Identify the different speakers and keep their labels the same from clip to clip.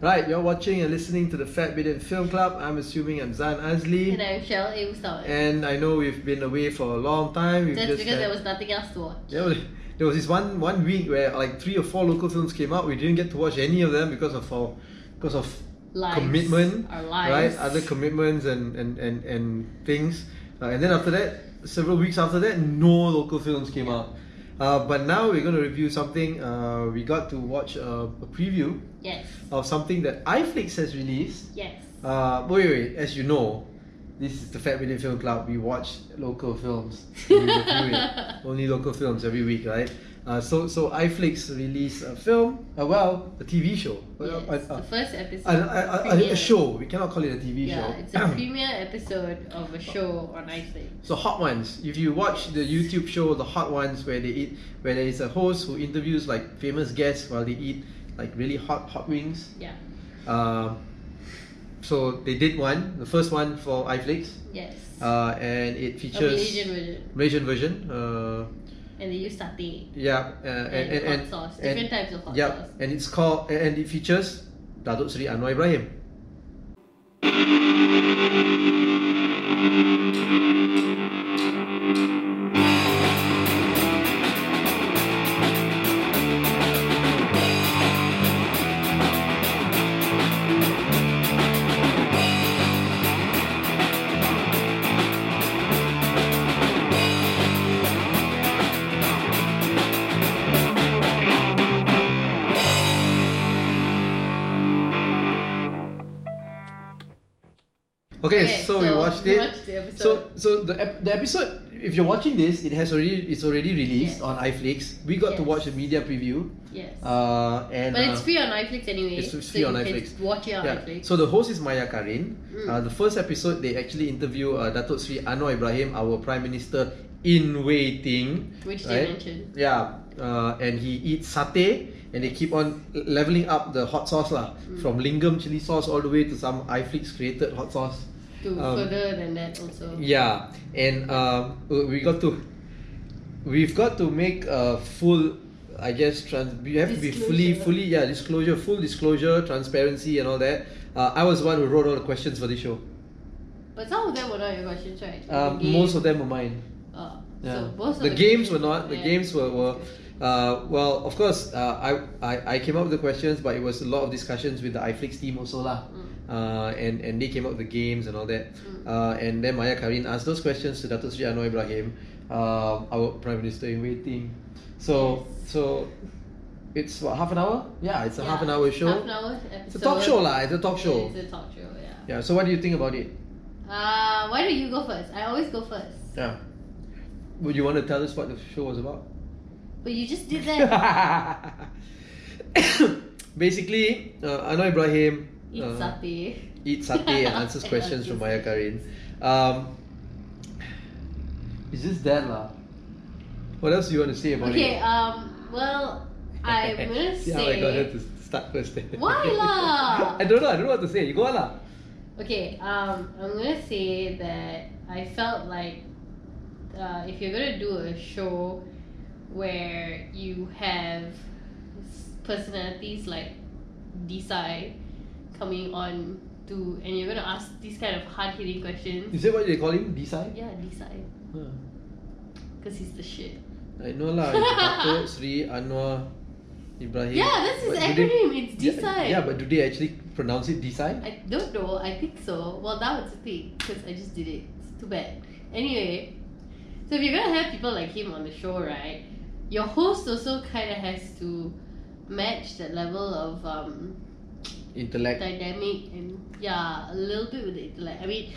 Speaker 1: Right, you're watching and listening to the Fat Bidden Film Club. I'm assuming I'm Zan
Speaker 2: And
Speaker 1: Azli.
Speaker 2: I'm Cheryl Amesdorf.
Speaker 1: And I know we've been away for a long time. We've
Speaker 2: That's
Speaker 1: just
Speaker 2: because
Speaker 1: had-
Speaker 2: there was nothing else to watch.
Speaker 1: there was, there was this one, one week where like three or four local films came out. We didn't get to watch any of them because of our because of
Speaker 2: Lives.
Speaker 1: commitment,
Speaker 2: Our lives.
Speaker 1: right? Other commitments and and and and things. Uh, and then after that, several weeks after that, no local films came out. Uh, but now we're going to review something. Uh, we got to watch a, a preview
Speaker 2: Yes.
Speaker 1: of something that iFlix has released.
Speaker 2: Yes.
Speaker 1: Uh, wait, wait, wait, as you know, this is the Fat Million Film Club. We watch local films. We review it. Only local films every week, right? Uh, so, so iFlix released a film, uh, well, a TV show. Well,
Speaker 2: yes.
Speaker 1: uh, uh,
Speaker 2: the first episode.
Speaker 1: a, a, a, a,
Speaker 2: premiere.
Speaker 1: a show. We cannot call it a TV
Speaker 2: Yeah,
Speaker 1: show.
Speaker 2: it's a premiere episode of a show on Iceland.
Speaker 1: So hot ones. If you watch the YouTube show, the hot ones, where they eat, where there is a host who interviews like famous guests while they eat like really hot hot wings.
Speaker 2: Yeah.
Speaker 1: Um, so they did one, the first one for iFlix,
Speaker 2: Yes.
Speaker 1: uh, and it
Speaker 2: a
Speaker 1: features
Speaker 2: Malaysian version.
Speaker 1: Malaysian version. Uh,
Speaker 2: And they use satay.
Speaker 1: yeah, uh, and, and,
Speaker 2: hot
Speaker 1: and
Speaker 2: sauce.
Speaker 1: and-
Speaker 2: Different types of hot
Speaker 1: yeah,
Speaker 2: sauce.
Speaker 1: and it's called and it features Datuk Seri Anwar Ibrahim. Okay, so, we watched it.
Speaker 2: watched the episode.
Speaker 1: So, so the, ep- the episode, if you're watching this, it has already it's already released
Speaker 2: Yes.
Speaker 1: on iFlix. We got to
Speaker 2: Yes.
Speaker 1: watch a media preview,
Speaker 2: yes.
Speaker 1: uh, and
Speaker 2: but it's
Speaker 1: uh,
Speaker 2: free on Netflix anyway.
Speaker 1: it's
Speaker 2: so
Speaker 1: free
Speaker 2: you
Speaker 1: on
Speaker 2: can
Speaker 1: Netflix.
Speaker 2: Watch it on
Speaker 1: yeah.
Speaker 2: Netflix.
Speaker 1: So the host is Maya Karin.
Speaker 2: Mm.
Speaker 1: Uh, the first episode, they actually interview uh, Datuk Sri Anwar Ibrahim, our Prime Minister in waiting.
Speaker 2: which
Speaker 1: right?
Speaker 2: they mentioned.
Speaker 1: Yeah, uh, and he eats satay, and they keep on leveling up the hot sauce lah,
Speaker 2: Hmm.
Speaker 1: from Lingam chili sauce all the way to some iFlix created hot sauce.
Speaker 2: To
Speaker 1: Um,
Speaker 2: further than that also.
Speaker 1: Yeah, and um, uh, we got to, we've got to make a full, I guess, trans. We have to be fully,
Speaker 2: Disclosure.
Speaker 1: fully, yeah, disclosure, full disclosure, transparency, and all that. Uh, I was the one who wrote all the questions for this show.
Speaker 2: But some of them were not your questions, right?
Speaker 1: Uh,
Speaker 2: The game-
Speaker 1: most of them were mine.
Speaker 2: Oh,
Speaker 1: Yeah.
Speaker 2: so most of
Speaker 1: the, games were not. The
Speaker 2: Yeah.
Speaker 1: games were, were uh, well, of course, uh, I, I I came up with the questions, but it was a lot of discussions with the iFlix team also
Speaker 2: Mm,
Speaker 1: lah. Uh, and and they came up with the games and all that.
Speaker 2: mm.
Speaker 1: Uh, and then Maya Karin asked those questions to Datuk Sri Anwar Ibrahim, uh, our Prime Minister in waiting. So so, it's what half an hour? Yeah, it's a
Speaker 2: Yeah,
Speaker 1: half an hour show.
Speaker 2: Half an hour episode.
Speaker 1: it's a talk show lah. It's a talk show.
Speaker 2: It's a talk show, yeah.
Speaker 1: Yeah. So what do you think about it?
Speaker 2: Uh, why don't you go first? I always go first.
Speaker 1: Yeah. Would you want to tell us what the show was about?
Speaker 2: But you just did
Speaker 1: Uh,
Speaker 2: that.
Speaker 1: Basically, uh, Anwar Ibrahim
Speaker 2: Eat
Speaker 1: uh,
Speaker 2: satay.
Speaker 1: eats satay and answers questions from Maya Karin. Um, it's just that lah. What else do you want to say about
Speaker 2: Okay,
Speaker 1: it?
Speaker 2: um, well, I'm gonna
Speaker 1: See
Speaker 2: say.
Speaker 1: how I got her to start first. eh?
Speaker 2: Why lah?
Speaker 1: I don't know. I don't know what to say. You go on lah.
Speaker 2: Okay, um, I'm gonna say that I felt like uh, if you're gonna do a show where you have s- personalities like Desai coming on to, and you're gonna ask these kind of hard hitting questions.
Speaker 1: Is that what they call him? Desai?
Speaker 2: Yeah, Desai,
Speaker 1: Huh.
Speaker 2: because he's the shit.
Speaker 1: I know lah. Dato Sri Anwar Ibrahim.
Speaker 2: Yeah, that's his
Speaker 1: But do they-
Speaker 2: acronym. It's
Speaker 1: Yeah,
Speaker 2: Desai.
Speaker 1: Yeah, but do they actually pronounce it Desai?
Speaker 2: I don't know. I think so. Well, now it's a thing because I just did it. It's too bad. Anyway, so if you're gonna have people like him on the show, right? Your host also kind of has to match that level of um,
Speaker 1: Intellect.
Speaker 2: dynamic and yeah, a little bit with the intellect. I mean,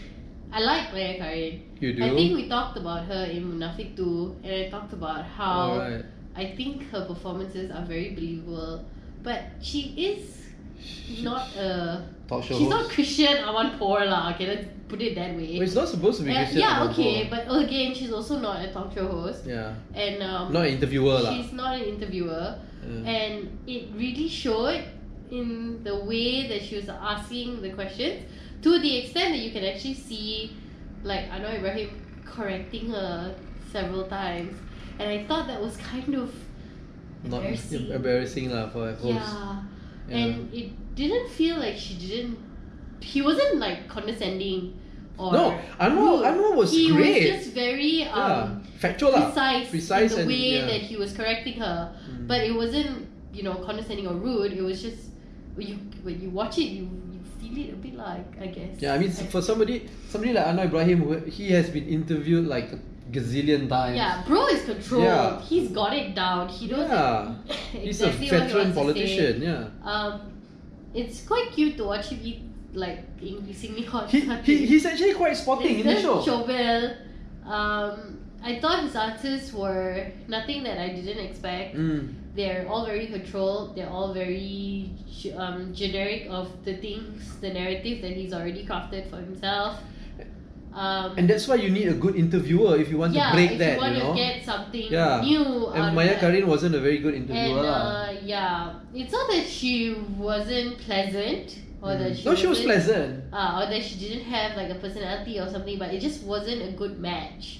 Speaker 2: I like Maya Karin.
Speaker 1: You do.
Speaker 2: I think we talked about her in Munafik too, and I talked about how
Speaker 1: Alright.
Speaker 2: I think her performances are very believable, but she is not a
Speaker 1: talk show
Speaker 2: She's
Speaker 1: host.
Speaker 2: not Christian, I want poor lah. Okay, let's put it that way.
Speaker 1: Well, it's not supposed to be
Speaker 2: Uh,
Speaker 1: Christian.
Speaker 2: yeah,
Speaker 1: Amanpour.
Speaker 2: okay, but again, she's also not a talk show host,
Speaker 1: Yeah,
Speaker 2: and um,
Speaker 1: not interviewer lah. Mm.
Speaker 2: she's not an interviewer,
Speaker 1: Yeah.
Speaker 2: and it really showed in the way that she was asking the questions to the extent that you can actually see, like Anwar Ibrahim correcting her several times, and I thought that was kind of
Speaker 1: Not
Speaker 2: embarrassing.
Speaker 1: embarrassing lah for a host.
Speaker 2: yeah.
Speaker 1: Yeah.
Speaker 2: And it didn't feel like she didn't. He wasn't like condescending or
Speaker 1: No, Anwar,
Speaker 2: rude.
Speaker 1: Anwar was
Speaker 2: he
Speaker 1: great.
Speaker 2: was just very um,
Speaker 1: yeah. Factual lah.
Speaker 2: precise,
Speaker 1: Precise
Speaker 2: in the
Speaker 1: and-
Speaker 2: way
Speaker 1: yeah.
Speaker 2: that he was correcting her.
Speaker 1: Mm.
Speaker 2: But it wasn't, you know, condescending or rude. It was just when you when you watch it, you, you feel it a bit like I guess.
Speaker 1: Yeah, I mean, for somebody, somebody like Anwar Ibrahim, who- he has been interviewed like a gazillion times.
Speaker 2: yeah, bro is controlled.
Speaker 1: Yeah.
Speaker 2: He's got it down. He knows
Speaker 1: Yeah.
Speaker 2: exactly
Speaker 1: He's
Speaker 2: what
Speaker 1: a
Speaker 2: he
Speaker 1: veteran
Speaker 2: wants to say.
Speaker 1: politician. Yeah.
Speaker 2: Um, it's quite cute to watch him eat like increasingly hot.
Speaker 1: He, he, he's actually quite sporting in
Speaker 2: It's
Speaker 1: the
Speaker 2: just
Speaker 1: show.
Speaker 2: Chobel. Um, I thought his artists were nothing that I didn't expect.
Speaker 1: Mm.
Speaker 2: They're all very controlled. They're all very ge- um, generic of the things, the narrative that he's already crafted for himself. Um,
Speaker 1: And that's why you need a good interviewer if you want
Speaker 2: yeah,
Speaker 1: to break
Speaker 2: if
Speaker 1: that,
Speaker 2: you want
Speaker 1: know.
Speaker 2: to get something
Speaker 1: Yeah.
Speaker 2: new. out of
Speaker 1: and Maya
Speaker 2: that.
Speaker 1: Karin wasn't a very good
Speaker 2: And
Speaker 1: interviewer. lah.
Speaker 2: uh, yeah, it's not that she wasn't pleasant or
Speaker 1: Mm.
Speaker 2: that she
Speaker 1: no, she was
Speaker 2: wasn't-
Speaker 1: pleasant.
Speaker 2: uh, or that she didn't have like a personality or something, but it just wasn't a good match.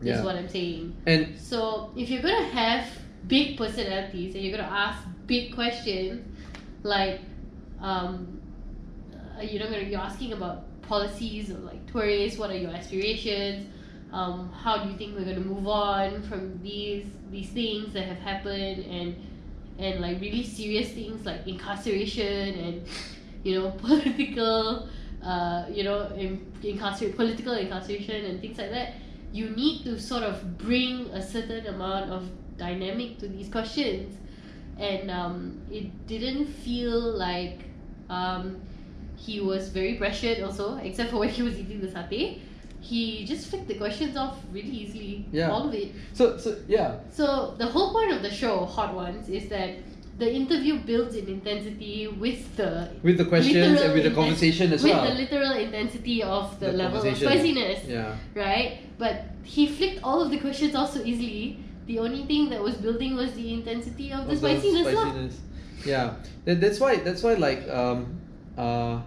Speaker 1: Yeah.
Speaker 2: Is what I'm saying.
Speaker 1: And-
Speaker 2: so if you're gonna have big personalities and you're gonna ask big questions, like, um, uh, you know, you're asking about policies or like tourists, what are your aspirations? Um, how do you think we're gonna move on from these these things that have happened and and like really serious things like incarceration and you know political uh, you know in, incarcer- political incarceration and things like that you need to sort of bring a certain amount of dynamic to these questions and um, it didn't feel like um, he was very pressured also except for when he was eating the satay he just flicked the questions off really easily
Speaker 1: Yeah.
Speaker 2: all of it
Speaker 1: So, so yeah,
Speaker 2: so the whole point of the show, Hot Ones, is that the interview builds in intensity with the
Speaker 1: with the questions and
Speaker 2: Literal
Speaker 1: with the
Speaker 2: inten-
Speaker 1: conversation as
Speaker 2: with
Speaker 1: well.
Speaker 2: the literal intensity of the,
Speaker 1: The
Speaker 2: level of
Speaker 1: conversation.
Speaker 2: spiciness,
Speaker 1: yeah.
Speaker 2: right? But he flicked all of the questions off so easily. The only thing that was building was the intensity of the
Speaker 1: Of the
Speaker 2: spiciness, lah.
Speaker 1: spiciness. Yeah, that, that's why that's why like um uh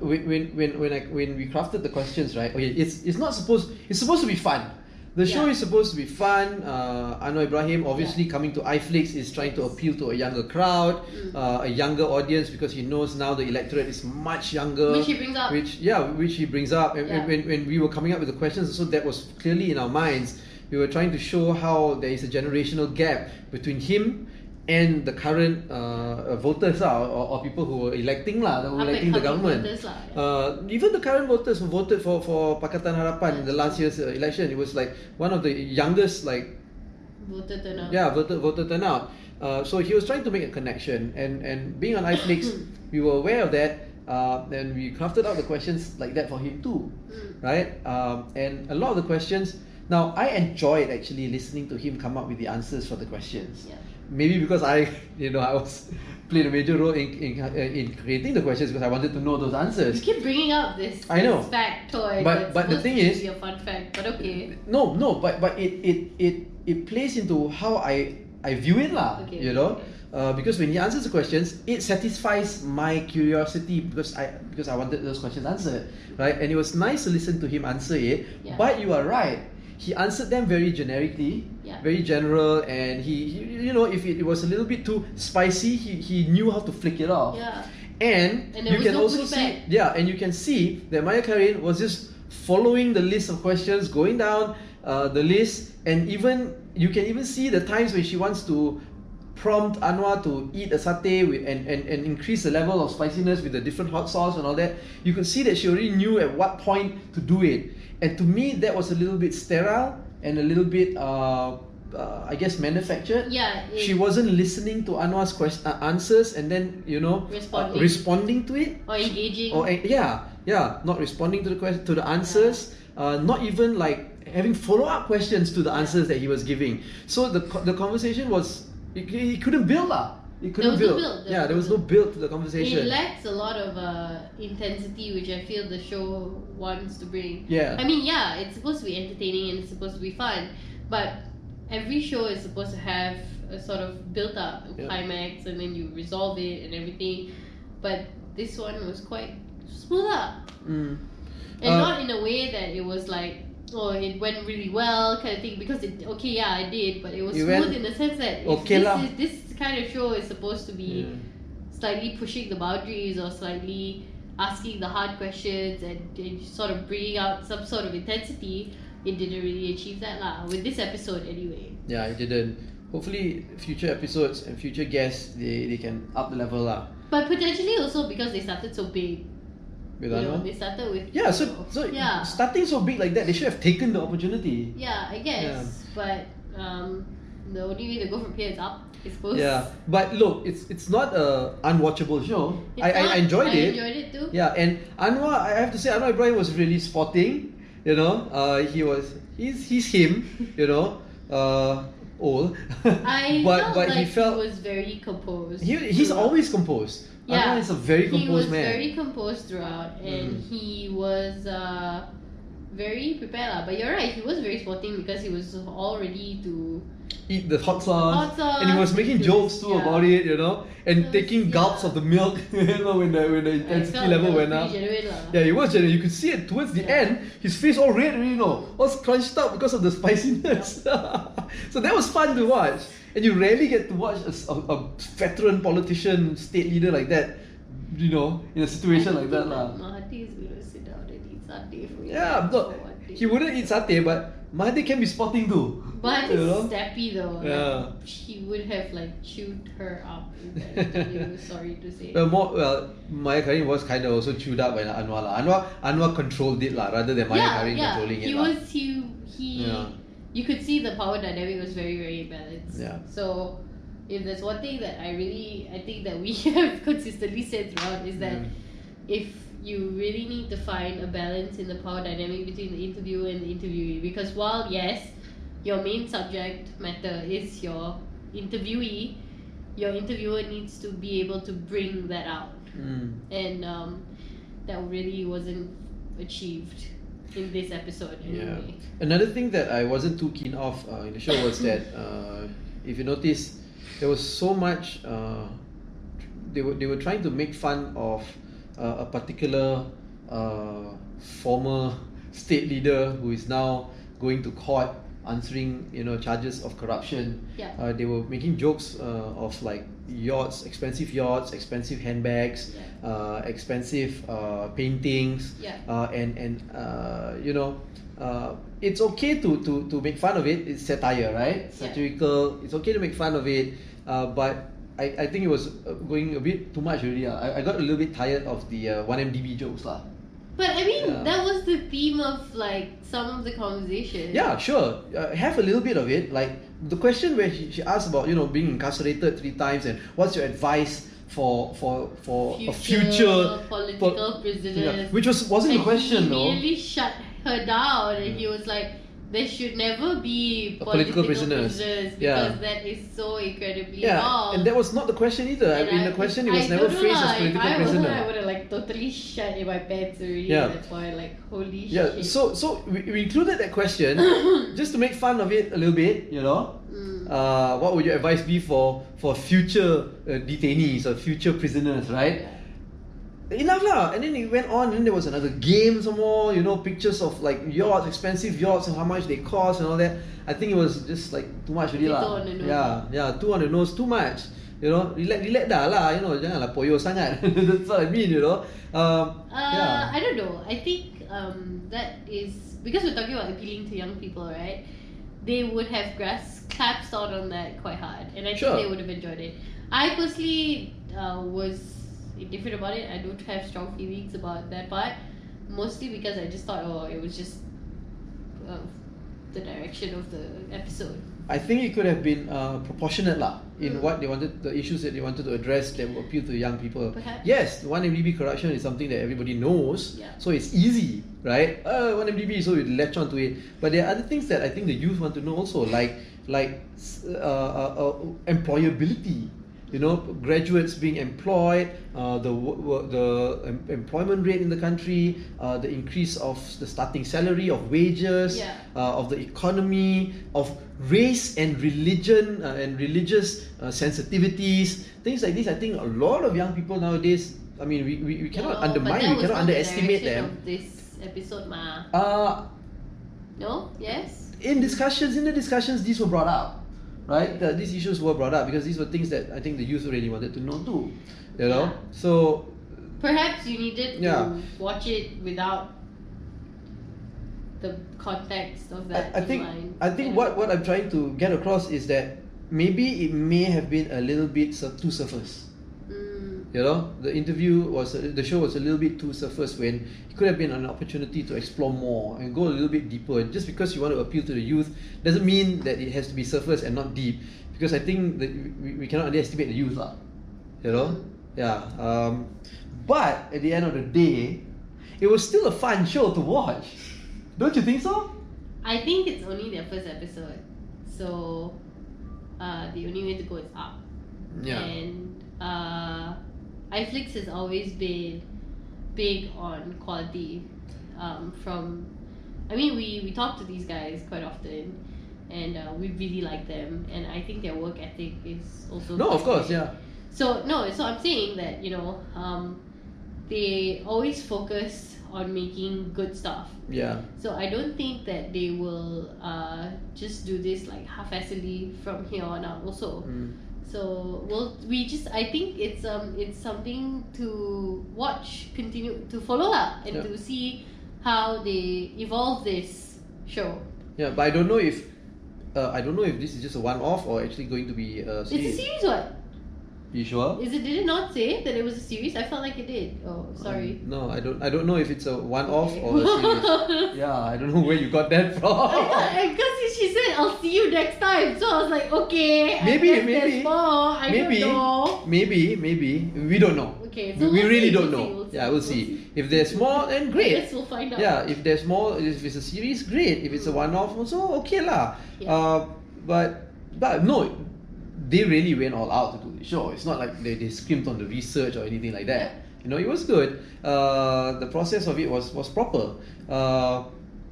Speaker 1: when when when when, I, when we crafted the questions right okay it's it's not supposed it's supposed to be fun. The show
Speaker 2: Yeah.
Speaker 1: is supposed to be fun. Uh, Anwar Ibrahim, obviously coming to iFlix, is trying to appeal to a younger crowd,
Speaker 2: Mm.
Speaker 1: uh, a younger audience because he knows now the electorate is much younger.
Speaker 2: Which he brings up.
Speaker 1: Which yeah, which he brings up, and,
Speaker 2: Yeah.
Speaker 1: and when, when we were coming up with the questions, so that was clearly in our minds. We were trying to show how there is a generational gap between him and the current uh, uh, voters uh, or, or people who were electing lah, who were
Speaker 2: Up and
Speaker 1: electing the
Speaker 2: coming
Speaker 1: government.
Speaker 2: voters lah, yeah.
Speaker 1: Uh, even the current voters who voted for for Pakatan Harapan in the last year's uh, election, it was like one of the youngest like
Speaker 2: Voter
Speaker 1: Uh,
Speaker 2: turnout.
Speaker 1: yeah, voter voter turnout. Uh, so he was trying to make a connection, and and being on iFlix, we were aware of that, uh, and we crafted out the questions like that for him too,
Speaker 2: Mm.
Speaker 1: right? Um, and a lot of the questions. Now I enjoyed actually listening to him come up with the answers for the questions.
Speaker 2: Yeah.
Speaker 1: Maybe because I, you know, I was played a major role in in, uh, in creating the questions because I wanted to know those
Speaker 2: You
Speaker 1: answers.
Speaker 2: keep bringing up this,
Speaker 1: I know.
Speaker 2: this factoid.
Speaker 1: But-
Speaker 2: that's
Speaker 1: but the
Speaker 2: supposed
Speaker 1: thing
Speaker 2: to
Speaker 1: is-
Speaker 2: be a fun fact. But okay,
Speaker 1: No, no, but but it it it it plays into how I I view it lah.
Speaker 2: Okay,
Speaker 1: you
Speaker 2: okay,
Speaker 1: know,
Speaker 2: okay.
Speaker 1: Uh, because when he answers the questions, it satisfies my curiosity because I because I wanted those questions answered, right? And it was nice to listen to him answer it.
Speaker 2: Yeah.
Speaker 1: But you are right. He answered them very generically,
Speaker 2: Yeah.
Speaker 1: very general, and he, he you know if it, it was a little bit too spicy, he, he knew how to flick it off.
Speaker 2: yeah,
Speaker 1: And,
Speaker 2: And
Speaker 1: you
Speaker 2: there was
Speaker 1: can
Speaker 2: no
Speaker 1: also see,
Speaker 2: pushback.
Speaker 1: yeah, and you can see that Maya Karin was just following the list of questions, going down uh, the list, and even you can even see the times when she wants to prompt Anwar to eat a satay with, and, and, and increase the level of spiciness with the different hot sauce and all that. You could see that she already knew at what point to do it. And to me, that was a little bit sterile and a little bit, uh, uh, I guess, manufactured
Speaker 2: yeah. it-
Speaker 1: she wasn't listening to Anwar's quest- uh, answers and then you know
Speaker 2: Responding.
Speaker 1: uh, responding to it
Speaker 2: or engaging.
Speaker 1: or eh, yeah yeah not responding to the quest- to the answers uh, not even like having follow up questions to the answers that he was giving so the co- the conversation was it, it couldn't build up it couldn't
Speaker 2: was no
Speaker 1: build.
Speaker 2: build, there
Speaker 1: yeah
Speaker 2: was
Speaker 1: there
Speaker 2: no
Speaker 1: was no build to the conversation
Speaker 2: It lacks a lot of uh, intensity, which I feel the show wants to bring.
Speaker 1: yeah
Speaker 2: I mean, yeah, it's supposed to be entertaining and it's supposed to be fun, but every show is supposed to have a sort of built up
Speaker 1: Yeah.
Speaker 2: climax and then you resolve it and everything. But this one was quite smooth up
Speaker 1: Mm.
Speaker 2: and
Speaker 1: Uh,
Speaker 2: not in a way that it was like. Oh, it went really well, kind of thing. Because it okay, yeah, I did, but it was
Speaker 1: It
Speaker 2: smooth
Speaker 1: went
Speaker 2: in the sense that if
Speaker 1: okay
Speaker 2: this,
Speaker 1: lah.
Speaker 2: is, this kind of show is supposed to be
Speaker 1: Yeah.
Speaker 2: it's slightly pushing the boundaries or slightly asking the hard questions and, and sort of bringing out some sort of intensity, it didn't really achieve that lah. With this episode, anyway.
Speaker 1: Yeah, it didn't. Hopefully, future episodes and future guests they, they can up the level lah.
Speaker 2: But potentially also because they started so big.
Speaker 1: With
Speaker 2: you know,
Speaker 1: Anwar.
Speaker 2: they started with
Speaker 1: Yeah, so so
Speaker 2: yeah,
Speaker 1: starting so big like that, they should have taken the opportunity.
Speaker 2: yeah, I guess. But um, the only way to go from here is up. I suppose.
Speaker 1: Yeah, but look, it's it's not a unwatchable show.
Speaker 2: It's
Speaker 1: I,
Speaker 2: not-
Speaker 1: I I enjoyed
Speaker 2: I
Speaker 1: it.
Speaker 2: enjoyed it too.
Speaker 1: Yeah, and Anwar, I have to say, Anwar Ibrahim was really sporting. You know, uh, he was he's he's him. You know, uh, old.
Speaker 2: I
Speaker 1: but
Speaker 2: felt
Speaker 1: but
Speaker 2: like
Speaker 1: he felt
Speaker 2: was very composed.
Speaker 1: he, he's
Speaker 2: throughout.
Speaker 1: always composed.
Speaker 2: Yeah.
Speaker 1: Anwar is a very
Speaker 2: he was
Speaker 1: composed man.
Speaker 2: very composed throughout, and
Speaker 1: Mm.
Speaker 2: he was uh, very prepared. lah. But you're right, he was very sporting because he was all ready to
Speaker 1: Eat the hot sauce.
Speaker 2: hot sauce.
Speaker 1: And he was making jokes too
Speaker 2: yeah.
Speaker 1: about it, you know, and
Speaker 2: It was-
Speaker 1: taking gulps
Speaker 2: yeah.
Speaker 1: of the milk, you know, when the when the
Speaker 2: I felt
Speaker 1: intensity
Speaker 2: it
Speaker 1: level
Speaker 2: was
Speaker 1: went up.
Speaker 2: pretty genuine lah.
Speaker 1: Yeah, he was, and you could see it towards the
Speaker 2: Yeah.
Speaker 1: end. His face all red, already, you know, all scrunched up because of the spiciness. so that was fun to watch. And you rarely get to watch a, s- a- a veteran politician, state leader like that, you know, in a situation
Speaker 2: I
Speaker 1: like that,
Speaker 2: think
Speaker 1: lah.
Speaker 2: Mahathir is gonna sit down and eat satay for
Speaker 1: Yeah,
Speaker 2: you
Speaker 1: no,
Speaker 2: for one day.
Speaker 1: he wouldn't eat satay, but Mahathir can be sporting too.
Speaker 2: But
Speaker 1: you know?
Speaker 2: it's steppy though. like,
Speaker 1: Yeah.
Speaker 2: she would have like chewed her up in that interview. sorry to say.
Speaker 1: Well, Uh, more well, Maya Karim was kind of also chewed up by Anwar lah. Anwar, Anwar controlled it lah, rather than Maya Karim controlling
Speaker 2: he
Speaker 1: it lah.
Speaker 2: was he he
Speaker 1: Yeah.
Speaker 2: you could see the power dynamic was very very balanced
Speaker 1: Yeah.
Speaker 2: so if there's one thing that i really i think that we have consistently said throughout is that
Speaker 1: Mm.
Speaker 2: if you really need to find a balance in the power dynamic between the interviewer and the interviewee because while yes your main subject matter is your interviewee your interviewer needs to be able to bring that out
Speaker 1: Mm.
Speaker 2: and um, that really wasn't achieved in this episode
Speaker 1: Yeah.
Speaker 2: anyway.
Speaker 1: Another thing that I wasn't too keen of uh, in the show was that uh, if you notice, there was so much. Uh, they were they were trying to make fun of uh, a particular uh, former state leader who is now going to court answering you know charges of corruption.
Speaker 2: Yeah.
Speaker 1: Uh, they were making jokes uh, of like yachts, expensive yachts, expensive handbags,
Speaker 2: Yeah.
Speaker 1: uh, expensive uh, paintings
Speaker 2: Yeah.
Speaker 1: uh, and and uh, you know uh, it's okay to, to to make fun of it it's satire right
Speaker 2: Yeah.
Speaker 1: satirical it's okay to make fun of it uh, but I, I think it was uh, going a bit too much already uh. I, I got a little bit tired of the uh, 1MDB jokes lah
Speaker 2: But I mean,
Speaker 1: Yeah.
Speaker 2: that was the theme of like some of the conversation.
Speaker 1: yeah sure uh, have a little bit of it like the question where she, she asked about you know being incarcerated three times and what's your advice for for for
Speaker 2: Future,
Speaker 1: a future
Speaker 2: political prisoners.
Speaker 1: yeah, which was wasn't the
Speaker 2: and
Speaker 1: question
Speaker 2: he
Speaker 1: though
Speaker 2: immediately shut her down, and he was like, "There should never be
Speaker 1: Uh,
Speaker 2: political,
Speaker 1: political prisoners."
Speaker 2: prisoners
Speaker 1: Yeah.
Speaker 2: because that is so incredibly
Speaker 1: Yeah,
Speaker 2: wrong."
Speaker 1: and that was not the question either. I
Speaker 2: And
Speaker 1: mean,
Speaker 2: I-
Speaker 1: the question it was
Speaker 2: I
Speaker 1: never
Speaker 2: don't know
Speaker 1: phrased
Speaker 2: lah,
Speaker 1: as
Speaker 2: if
Speaker 1: political
Speaker 2: I
Speaker 1: prisoner.
Speaker 2: Wasn't, I would have like totally shut in my pants already
Speaker 1: Yeah.
Speaker 2: at that point. Like, holy
Speaker 1: yeah,
Speaker 2: shit.
Speaker 1: so so we, we included that question just to make fun of it a little bit, you know.
Speaker 2: Mm.
Speaker 1: Uh, what would your advice be for for future uh, detainees or future prisoners, right?
Speaker 2: Yeah.
Speaker 1: Enough lah. And then it went on. And then there was another game some more. You know, pictures of like yachts, expensive yachts, and how much they cost and all that. I think it was just like too much already
Speaker 2: Too
Speaker 1: lah.
Speaker 2: on the nose.
Speaker 1: Yeah, yeah, too on the nose, too much. You know, relax, relax dah lah. You know, janganlah poyo sangat. That's what I mean. You know. Um,
Speaker 2: Uh,
Speaker 1: yeah.
Speaker 2: I don't know. I think um, that is because we're talking about appealing to young people, right? They would have grasped, clapped out on that quite hard, and I
Speaker 1: Sure.
Speaker 2: think they would have enjoyed it. I personally uh, was indifferent about it. I don't have strong feelings about that part, mostly because I just thought, oh, it was just uh, the direction of the episode.
Speaker 1: I think it could have been uh, proportionate lah in
Speaker 2: Mm.
Speaker 1: what they wanted, the issues that they wanted to address that would appeal to young people.
Speaker 2: Perhaps.
Speaker 1: Yes, the 1MDB corruption is something that everybody knows,
Speaker 2: Yeah.
Speaker 1: so it's easy, right? Uh, 1MDB, so you latch onto it. But there are other things that I think the youth want to know also, like like s- uh, uh, uh, employability. You know, graduates being employed, uh, the wo- wo- the em- employment rate in the country, uh, the increase of the starting salary of wages,
Speaker 2: Yeah.
Speaker 1: uh, of the economy, of race and religion uh, and religious uh, sensitivities, things like this. I think a lot of young people nowadays. I mean, we, we, we cannot
Speaker 2: No, but that
Speaker 1: undermine, we cannot
Speaker 2: was not the
Speaker 1: underestimate them.
Speaker 2: direction Of this episode, ma.
Speaker 1: Uh,
Speaker 2: No. Yes.
Speaker 1: in discussions, in the discussions, these were brought up, right? The, these issues were brought up because these were things that I think the youth really wanted to know too. You know, so
Speaker 2: Perhaps you needed
Speaker 1: Yeah.
Speaker 2: to watch it without the context of that
Speaker 1: I, I think
Speaker 2: in mind.
Speaker 1: I think
Speaker 2: Yeah.
Speaker 1: what what I'm trying to get across is that maybe it may have been a little bit sur- too surface.
Speaker 2: Mm,
Speaker 1: You know, the interview was the show was a little bit too surface when it could have been an opportunity to explore more and go a little bit deeper. And just because you want to appeal to the youth doesn't mean that it has to be surface and not deep. Because I think that we, we cannot underestimate the youth, lah. You know, yeah. Um, but at the end of the day, it was still a fun show to watch. Don't you think so?
Speaker 2: I think it's only their first episode, so uh, the only way to go is up. And uh, iFlix has always been big on quality. Um, from, I mean, we, we talk to these guys quite often, and uh, we really like them. And I think their work ethic is also
Speaker 1: No, of
Speaker 2: quite
Speaker 1: course,
Speaker 2: great.
Speaker 1: yeah.
Speaker 2: So no, so I'm saying that you know, um, they always focus on making good stuff.
Speaker 1: Yeah.
Speaker 2: So I don't think that they will uh, just do this like half-assedly from here on out. Also,
Speaker 1: Mm.
Speaker 2: so well, we just I think it's um it's something to watch, continue to follow up, and
Speaker 1: Yeah.
Speaker 2: to see how they evolve this show.
Speaker 1: Yeah, but I don't know if uh, I don't know if this is just a one off or actually going to be a
Speaker 2: It's a
Speaker 1: series.
Speaker 2: series, what?
Speaker 1: you sure?
Speaker 2: Is it? Did it not say that it was a series? I felt like it did. Oh,
Speaker 1: Um,
Speaker 2: sorry.
Speaker 1: no, I don't I don't know if it's a one Um, off
Speaker 2: Okay.
Speaker 1: or a series. yeah, I don't know where you got that from.
Speaker 2: Because she said, I'll see you next time. So I was like, okay. I
Speaker 1: Maybe,
Speaker 2: guess
Speaker 1: maybe.
Speaker 2: There's more. I
Speaker 1: maybe,
Speaker 2: don't know.
Speaker 1: maybe, maybe we don't know.
Speaker 2: Okay,
Speaker 1: we
Speaker 2: so
Speaker 1: we
Speaker 2: we'll
Speaker 1: really
Speaker 2: see,
Speaker 1: don't
Speaker 2: we'll
Speaker 1: know.
Speaker 2: see, we'll see,
Speaker 1: yeah, we'll,
Speaker 2: we'll
Speaker 1: see.
Speaker 2: see.
Speaker 1: If there's more, then
Speaker 2: I
Speaker 1: great.
Speaker 2: guess we'll find out.
Speaker 1: Yeah, if there's more, if it's a series, great. If it's a one-off, also okay lah.
Speaker 2: Mm. Yeah.
Speaker 1: Uh, but but no, they really went all out to do the show. It's not like they, they scrimped on the research or anything like that. You know, it was good. Uh, the process of it was was proper. Uh,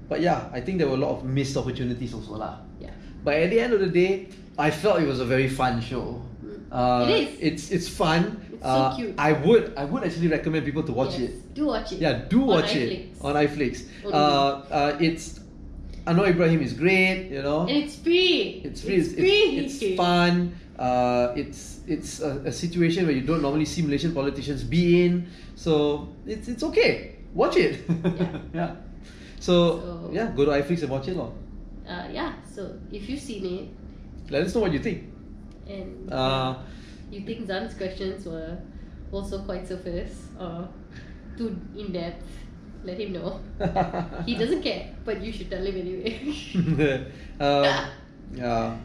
Speaker 1: but yeah, I think there were a lot of missed opportunities also lah.
Speaker 2: Yeah.
Speaker 1: But at the end of the day, I felt it was a very fun show.
Speaker 2: Mm.
Speaker 1: Uh,
Speaker 2: It is.
Speaker 1: It's it's fun.
Speaker 2: It's so
Speaker 1: Uh,
Speaker 2: cute.
Speaker 1: I would I would actually recommend people to watch
Speaker 2: Yes,
Speaker 1: it.
Speaker 2: Do watch it.
Speaker 1: Yeah, do
Speaker 2: On Oh,
Speaker 1: watch it
Speaker 2: iFlix.
Speaker 1: on iFlix.
Speaker 2: Only.
Speaker 1: Uh, uh, it's Anwar Ibrahim is great. You know,
Speaker 2: And it's free.
Speaker 1: it's free. It's,
Speaker 2: free.
Speaker 1: it's, it's fun. Uh, it's it's a, a situation where you don't normally see Malaysian politicians be in. So it's it's okay. Watch it.
Speaker 2: Yeah.
Speaker 1: yeah. So,
Speaker 2: So-
Speaker 1: yeah, go to iFlix and watch it. Lor.
Speaker 2: Uh, yeah, so if you've seen
Speaker 1: Let us know what you think.
Speaker 2: it and
Speaker 1: Uh,
Speaker 2: you think Zan's questions were also quite surface or too in depth, let him know. He
Speaker 1: Uh-huh.
Speaker 2: doesn't care, but you should tell him anyway.
Speaker 1: uh, yeah.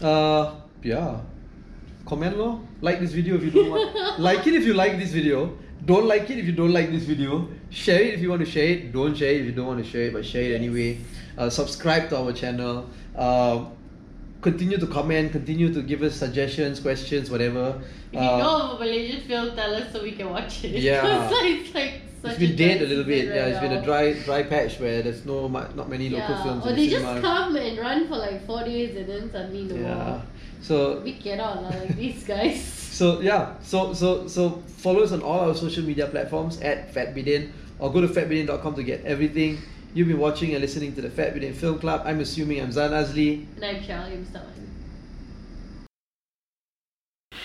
Speaker 1: Uh, yeah. Comment lo. Like this video if you don't want. like it if you like this video. Don't like it if you don't like this video. Share it if you want to share it. Don't share it if you don't want to share it, but share it anyway. Uh, subscribe to our channel. Uh, continue to comment. Continue to give us suggestions, questions, whatever. Uh,
Speaker 2: If you know of a Malaysian film, tell us so we can watch it.
Speaker 1: Yeah.
Speaker 2: 'Cause it's like
Speaker 1: it's
Speaker 2: such
Speaker 1: been dead
Speaker 2: dry
Speaker 1: a little bit.
Speaker 2: season
Speaker 1: yeah,
Speaker 2: right
Speaker 1: it's been a
Speaker 2: now.
Speaker 1: dry dry patch where there's no mu- not many local
Speaker 2: Yeah,
Speaker 1: films
Speaker 2: Or
Speaker 1: in
Speaker 2: they
Speaker 1: the
Speaker 2: just
Speaker 1: cinema.
Speaker 2: come and run for like four days and then suddenly no
Speaker 1: yeah.
Speaker 2: more.
Speaker 1: So
Speaker 2: We cannot lah, like these guys.
Speaker 1: So yeah, so so so follow us on all our social media platforms at FatBidin or go to fatbidin.com to get everything. You've been watching and listening to the Fat Bidin Film Club. I'm assuming I'm Zan Azli.
Speaker 2: And I'm Charlie Mustafa.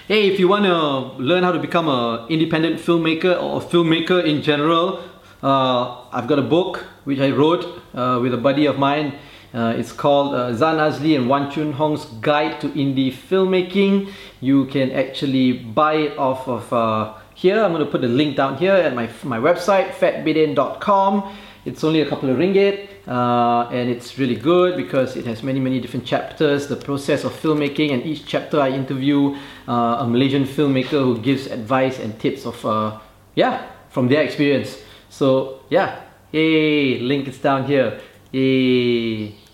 Speaker 1: Hey, if you want to learn how to become an independent filmmaker or a filmmaker in general, uh, I've got a book which I wrote uh, with a buddy of mine. Uh, it's called uh, Zan Azli and Wan Chun Hong's Guide to Indie Filmmaking. You can actually buy it off of uh, here. I'm going to put the link down here at my, my website, fatbidin.com. It's only a couple of ringgit uh, and it's really good because it has many many different chapters the process of filmmaking and each chapter i interview uh, a malaysian filmmaker who gives advice and tips of uh, yeah from their experience so yeah yay link is down here yay